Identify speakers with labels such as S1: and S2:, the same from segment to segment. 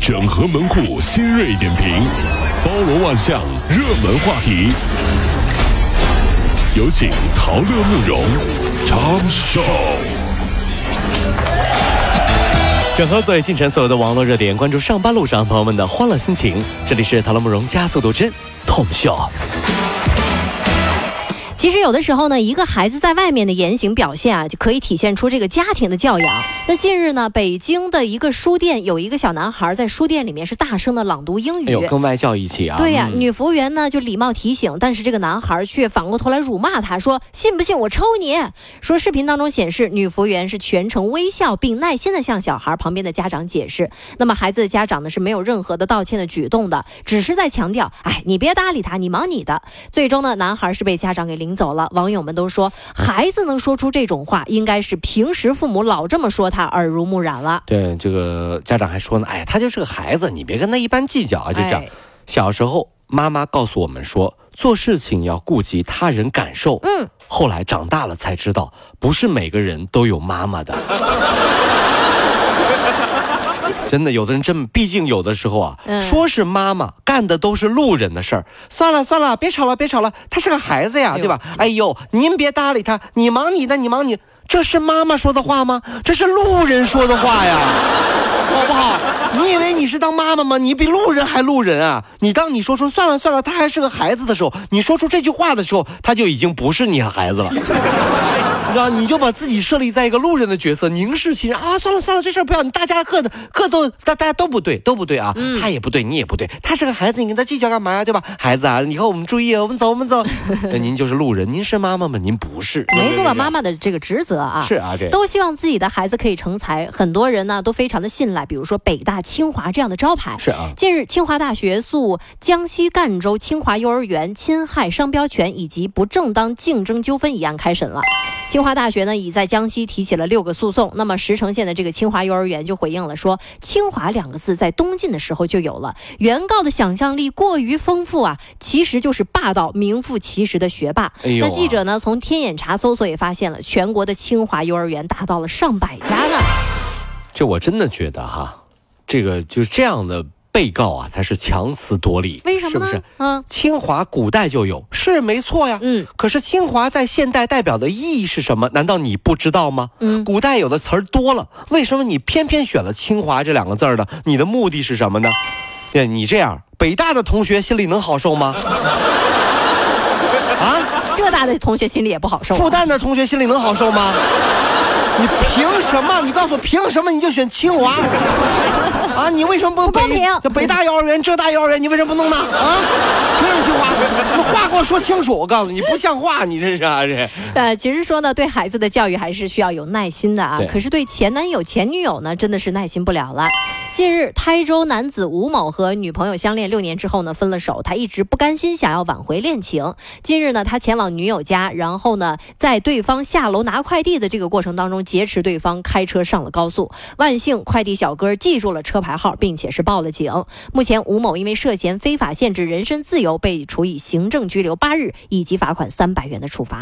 S1: 整合门户新锐点评，包罗万象，热门话题。有请陶乐慕容长寿。
S2: 整合最近城所有的网络热点，关注上班路上朋友们的欢乐心情。这里是《陶乐慕容加速度之 Tom Show》。
S3: 其实有的时候呢，一个孩子在外面的言行表现啊，就可以体现出这个家庭的教养。那近日呢，北京的一个书店有一个小男孩在书店里面是大声的朗读英语。
S2: 哎呦，跟外教一起啊！
S3: 对呀、
S2: 嗯
S3: 女服务员呢就礼貌提醒，但是这个男孩却反过头来辱骂他，说：“信不信我抽你？”说视频当中显示，女服务员是全程微笑，并耐心的向小孩旁边的家长解释。那么孩子的家长呢是没有任何的道歉的举动的，只是在强调：“哎，你别搭理他，你忙你的。”最终呢，男孩是被家长给领走了。网友们都说，孩子能说出这种话，应该是平时父母老这么说他，耳濡目染了。
S2: 对，这个家长还说呢，哎呀，他就是个孩子，你别跟他一般计较啊。就讲、
S3: 哎
S2: 小时候，妈妈告诉我们说，做事情要顾及他人感受。嗯，后来长大了才知道，不是每个人都有妈妈的。 真的，有的人这么，毕竟有的时候啊，
S3: 嗯
S2: 说是妈妈干的都是路人的事儿。算了算了，别吵了，别吵了，他是个孩子呀，对吧？哎呦，您别搭理他，你忙你的，你忙你。这是妈妈说的话吗？这是路人说的话呀，好不好？你以为你是当妈妈吗？你比路人还路人啊！你当你说出算了算了，他还是个孩子的时候，你说出这句话的时候，他就已经不是你孩子了。你知道，你就把自己设立在一个路人的角色，凝视其人啊！算了算了，这事儿不要，你大家各的各都大大家都不对，都不对啊！他也不对，你也不对，他是个孩子，你跟他计较干嘛呀？对吧？孩子啊，以后我们注意，我们走，我们走。呃您就是路人，您是妈妈吗？您不是，
S3: 没做到妈妈的这个职责啊。
S2: 是啊，对。
S3: 都希望自己的孩子可以成才，很多人呢都非常的信赖，比如说北大、清华这样的招牌。
S2: 是啊
S3: 近日，清华大学诉江西赣州清华幼儿园侵害商标权以及不正当竞争纠纷一案开审了。清华大学呢已在江西提起了六个诉讼，那么石城县的这个清华幼儿园就回应了说，清华两个字在东晋的时候就有了，原告的想象力过于丰富啊，其实就是霸道、名副其实的学霸。
S2: 哎呦啊
S3: 那记者呢从天眼查搜索也发现了，全国的清华幼儿园达到了上百家呢。
S2: 这我真的觉得哈，这个就是这样的被告啊，才是强词夺理。
S3: 为什么呢？
S2: 是不是？
S3: 嗯
S2: 清华古代就有，是没错呀。
S3: 嗯
S2: 可是清华在现代代表的意义是什么？难道你不知道吗？
S3: 嗯
S2: 古代有的词儿多了，为什么你偏偏选了清华这两个字儿呢？你的目的是什么呢？对你这样，北大的同学心里能好受 吗？啊？
S3: 浙大的同学心里也不好受、
S2: 复
S3: 啊。
S2: 旦的同学心里能好受 吗？你凭什么？你告诉我凭什么你就选清华？啊，你为什么不
S3: 不公
S2: 北
S3: 平
S2: 北大幼儿园、浙大幼儿园，你为什么不弄呢？啊，凭什么清华？你话给我说清楚！我告诉你，不像话，你这是啊这。
S3: 呃，其实说呢，对孩子的教育还是需要有耐心的啊
S2: 对。
S3: 可是对前男友、前女友呢，真的是耐心不了了。近日，台州男子吴某和女朋友相恋六年之后呢，分了手。他一直不甘心，想要挽回恋情。近日呢，他前往女友家，然后呢，在对方下楼拿快递的这个过程当中，劫持对方开车上了高速。万幸，快递小哥记住了车牌号，并且是报了警。目前，吴某因为涉嫌非法限制人身自由，被处以行政拘留八日以及罚款三百元的处罚。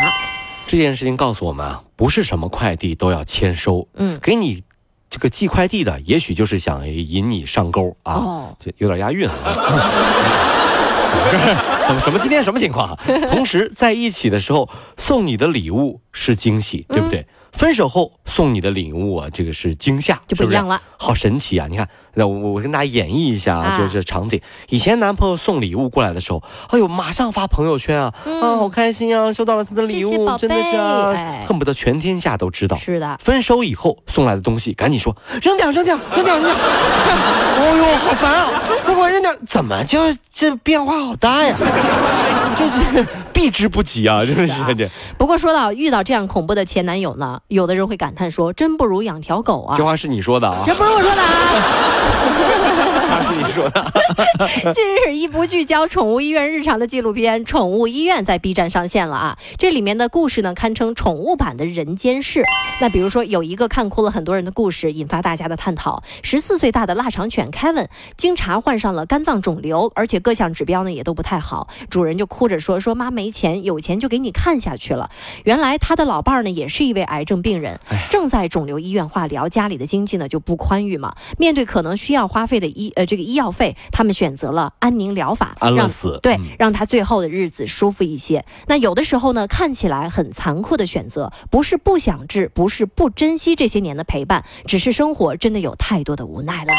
S2: 这件事情告诉我们啊，不是什么快递都要签收，
S3: 嗯
S2: 给你这个寄快递的，也许就是想引你上钩啊，
S3: 哦
S2: 这有点押韵啊。 怎么什么今天什么情况啊？同时在一起的时候送你的礼物是惊喜，对不
S3: 嗯
S2: 对？分手后送你的礼物啊，这个是惊吓，
S3: 就不一
S2: 是是
S3: 样了
S2: 好神奇啊！你看，那我我跟大家演绎一下啊，
S3: 啊
S2: 就是这场景。以前男朋友送礼物过来的时候，哎呦，马上发朋友圈啊，啊，好开心啊，收到了他的礼
S3: 嗯谢谢
S2: 物，
S3: 宝
S2: 真的是啊，
S3: 贝哎
S2: 恨不得全天下都知道。
S3: 是的，
S2: 分手以后送来的东西，赶紧说扔掉，扔掉，扔掉，扔 掉。哎哦呦，好烦啊！快快扔掉，怎么就这变化好大呀？ 这是 避之不及啊，真的是这。
S3: 不过说到遇到这样恐怖的前男友呢，有的人会感叹说：“真不如养条狗 啊
S2: 这！”话是你说的啊，
S3: 这不是我说的啊，
S2: 这话是你说的。
S3: 近日，一部聚焦宠物医院日常的纪录片《宠物医院》在 B 站上线了啊！这里面的故事呢，堪称宠物版的《人间世》。那比如说，有一个看哭了很多人的故事，引发大家的探讨：十四岁大的腊肠犬 Kevin 经查患上了肝脏肿瘤，而且各项指标呢也都不太好。主人就哭着说：“说妈没钱，有钱就给你看下去了。”原来他的老伴儿呢也是一位癌症病人，
S2: 哎
S3: 正在肿瘤医院化疗，家里的经济呢就不宽裕嘛。面对可能需要花费的医呃这个医药费，他们选择了安宁疗法，
S2: 安乐
S3: 让
S2: 死
S3: 对
S2: 嗯，
S3: 让他最后的日子舒服一些。那有的时候呢，看起来很残酷的选择，不是不想治，不是不珍惜这些年的陪伴，只是生活真的有太多的无奈了。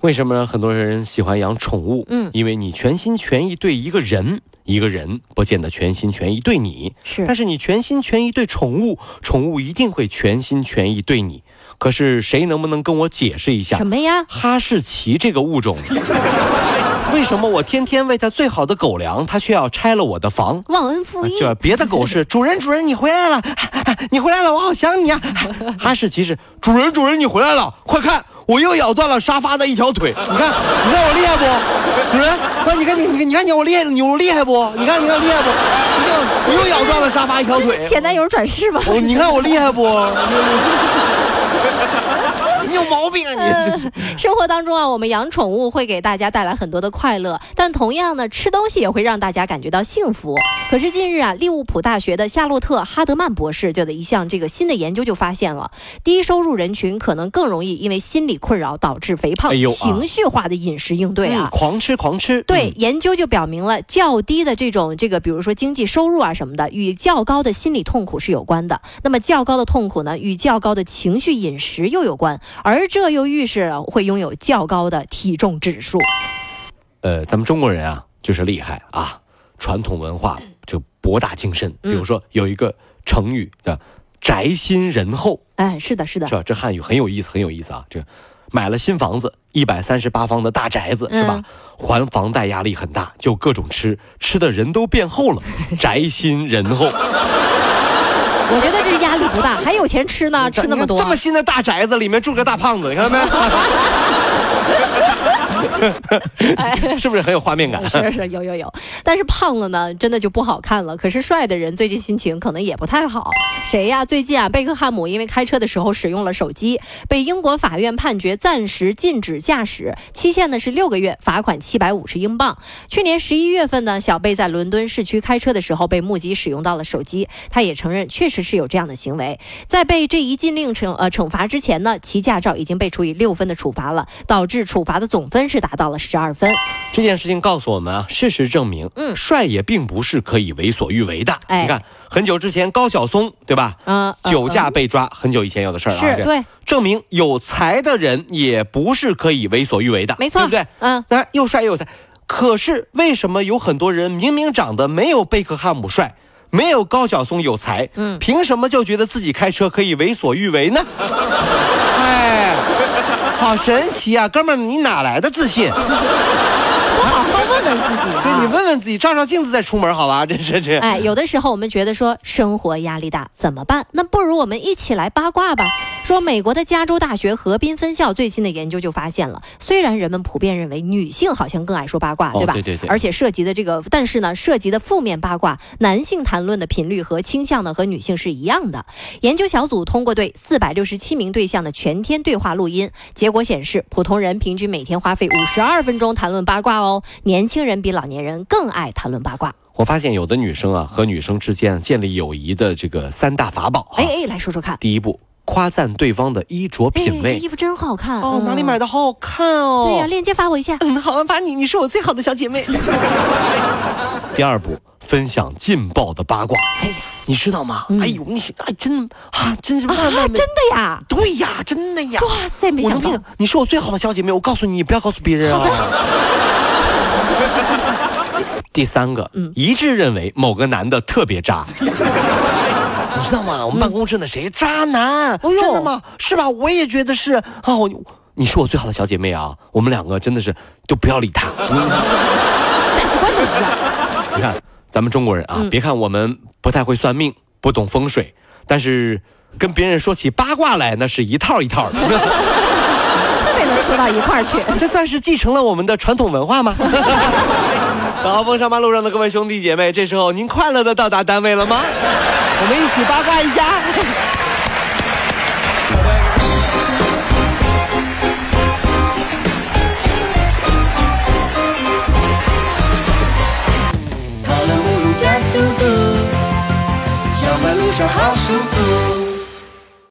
S2: 为什么很多人喜欢养宠物？
S3: 嗯
S2: 因为你全心全意对一个人，一个人不见得全心全意对你，
S3: 是
S2: 但是你全心全意对宠物，宠物一定会全心全意对你。可是谁能不能跟我解释一下
S3: 什，么呀？
S2: 哈士奇这个物种，为什么我天天喂它最好的狗粮，它却要拆了我的房？
S3: 忘恩负义。
S2: 这别的狗是主人，主人你回来了，你回来了，我好想你啊！哈士奇是主人，主人你回来了，快看，我又咬断了沙发的一条腿，你看，你看我厉害不？主人，快你看你你你看你我厉害，你我厉害不？你看你看厉害不？你看我又咬断了沙发一条腿，
S3: 前男友转世吧。
S2: 我哦你看我厉害不？你有毛病啊你！
S3: 生活当中啊，我们养宠物会给大家带来很多的快乐，但同样呢，吃东西也会让大家感觉到幸福。可是近日啊，利物浦大学的夏洛特·哈德曼博士就的一项这个新的研究就发现了，低收入人群可能更容易因为心理困扰导致肥胖、
S2: 哎呦啊
S3: 情绪化的饮食应对
S2: 嗯
S3: 啊。
S2: 狂吃狂吃，
S3: 对，
S2: 嗯，
S3: 研究就表明了较低的这种这个，比如说经济收入啊什么的，与较高的心理痛苦是有关的。那么较高的痛苦呢，与较高的情绪饮食又有关，而这又预示了会拥有较高的体重指数。
S2: 呃，咱们中国人啊，就是厉害啊，传统文化就博大精深。
S3: 嗯
S2: 比如说有一个成语叫“宅心仁厚
S3: 哎，是的，是”，的
S2: 是，吧？这汉语很有意思，很有意思啊。这个买了新房子，一百三十八方的大宅子，
S3: 嗯
S2: 是吧？还房贷压力很大，就各种吃，吃的人都变厚 了，宅心仁厚。
S3: 我觉得这压力不大，还有钱吃呢，吃那么多啊
S2: 这。么新的大宅子里面住个大胖子，你看 到
S3: 哎
S2: 没？是不是很有画面 感？啊
S3: 是是有有有，但是胖了呢，真的就不好看了。可是帅的人最近心情可能也不太好。谁呀？最近啊，贝克汉姆因为开车的时候使用了手机，被英国法院判决暂时禁止驾驶，期限呢是六个月，罚款七百五十英镑。去年十一月份呢，小贝在伦敦市区开车的时候被目击使用到了手机，他也承认确实是有这样的行为。在被这一禁令惩呃惩罚之前呢，其驾照已经被处以六分的处罚了，导致处罚的总分是达到了十二分。
S2: 这件事情告诉我们啊，事实证明，
S3: 嗯
S2: 帅也并不是可以为所欲为的。
S3: 哎
S2: 你看，很久之前高晓松对吧？
S3: 嗯嗯
S2: 酒驾被抓，很久以前有的事儿了啊。
S3: 是
S2: 这
S3: 对，
S2: 证明有才的人也不是可以为所欲为的，
S3: 没错，
S2: 对不对？
S3: 嗯，
S2: 那又帅又有才，可是为什么有很多人明明长得没有贝克汉姆帅，没有高晓松有才，
S3: 嗯
S2: 凭什么就觉得自己开车可以为所欲为 呢？哎，好神奇啊，哥们儿，你哪来的自信？
S3: 多好好问问自己
S2: 对你
S3: 啊。
S2: 问问自己，照照镜子再出门好吧？这这这，
S3: 哎，有的时候我们觉得说生活压力大怎么办？那不如我们一起来八卦吧。说美国的加州大学河滨分校最新的研究就发现了，虽然人们普遍认为女性好像更爱说八卦，
S2: 哦
S3: 对吧？
S2: 对对对
S3: 而且涉及的这个，但是呢，涉及的负面八卦，男性谈论的频率和倾向呢和女性是一样的。研究小组通过对四百六十七名对象的全天对话录音，结果显示，普通人平均每天花费五十二分钟谈论八卦哦，年轻人比老年人更爱谈论八卦。
S2: 我发现有的女生啊和女生之间建立友谊的这个三大法宝、啊，
S3: 哎哎，来说说看，
S2: 第一步，夸赞对方的衣着
S3: 哎，
S2: 品
S3: 这
S2: 味。
S3: 衣服真好看
S2: 哦，哪里
S3: 嗯
S2: 买的？好好看哦！
S3: 对呀、链接发我一下。
S2: 嗯，好，把你，你是我最好的小姐妹。 第二步，分享劲爆的八卦，
S3: 哎呀，
S2: 你知道吗？
S3: 嗯
S2: 哎呦，你哎真啊，真是
S3: 啊，
S2: 万万
S3: 真
S2: 没、
S3: 的呀！
S2: 对呀，真的呀！
S3: 哇塞，没
S2: 我
S3: 想
S2: 能
S3: 到
S2: 骗。你是我最好的小姐妹，我告诉你，你不要告诉别人啊。 第三个，一致认为某个男的特别渣。 嗯你知道吗？我们办公室那谁渣男，
S3: 呦
S2: 真的吗？是吧？我也觉得是啊。我你是我最好的小姐妹啊，我们两个真的是都不要理他。
S3: 价值观都一样。
S2: 你看，咱们中国人啊，别看我们不太会算命，不懂风水，但是跟别人说起八卦来，那是一套一套的。
S3: 没能说到一块儿去。
S2: 这算是继承了我们的传统文化吗？ 早风上班路上的各位兄弟姐妹，这时候您快乐的到达单位了吗？我们一起八卦一下。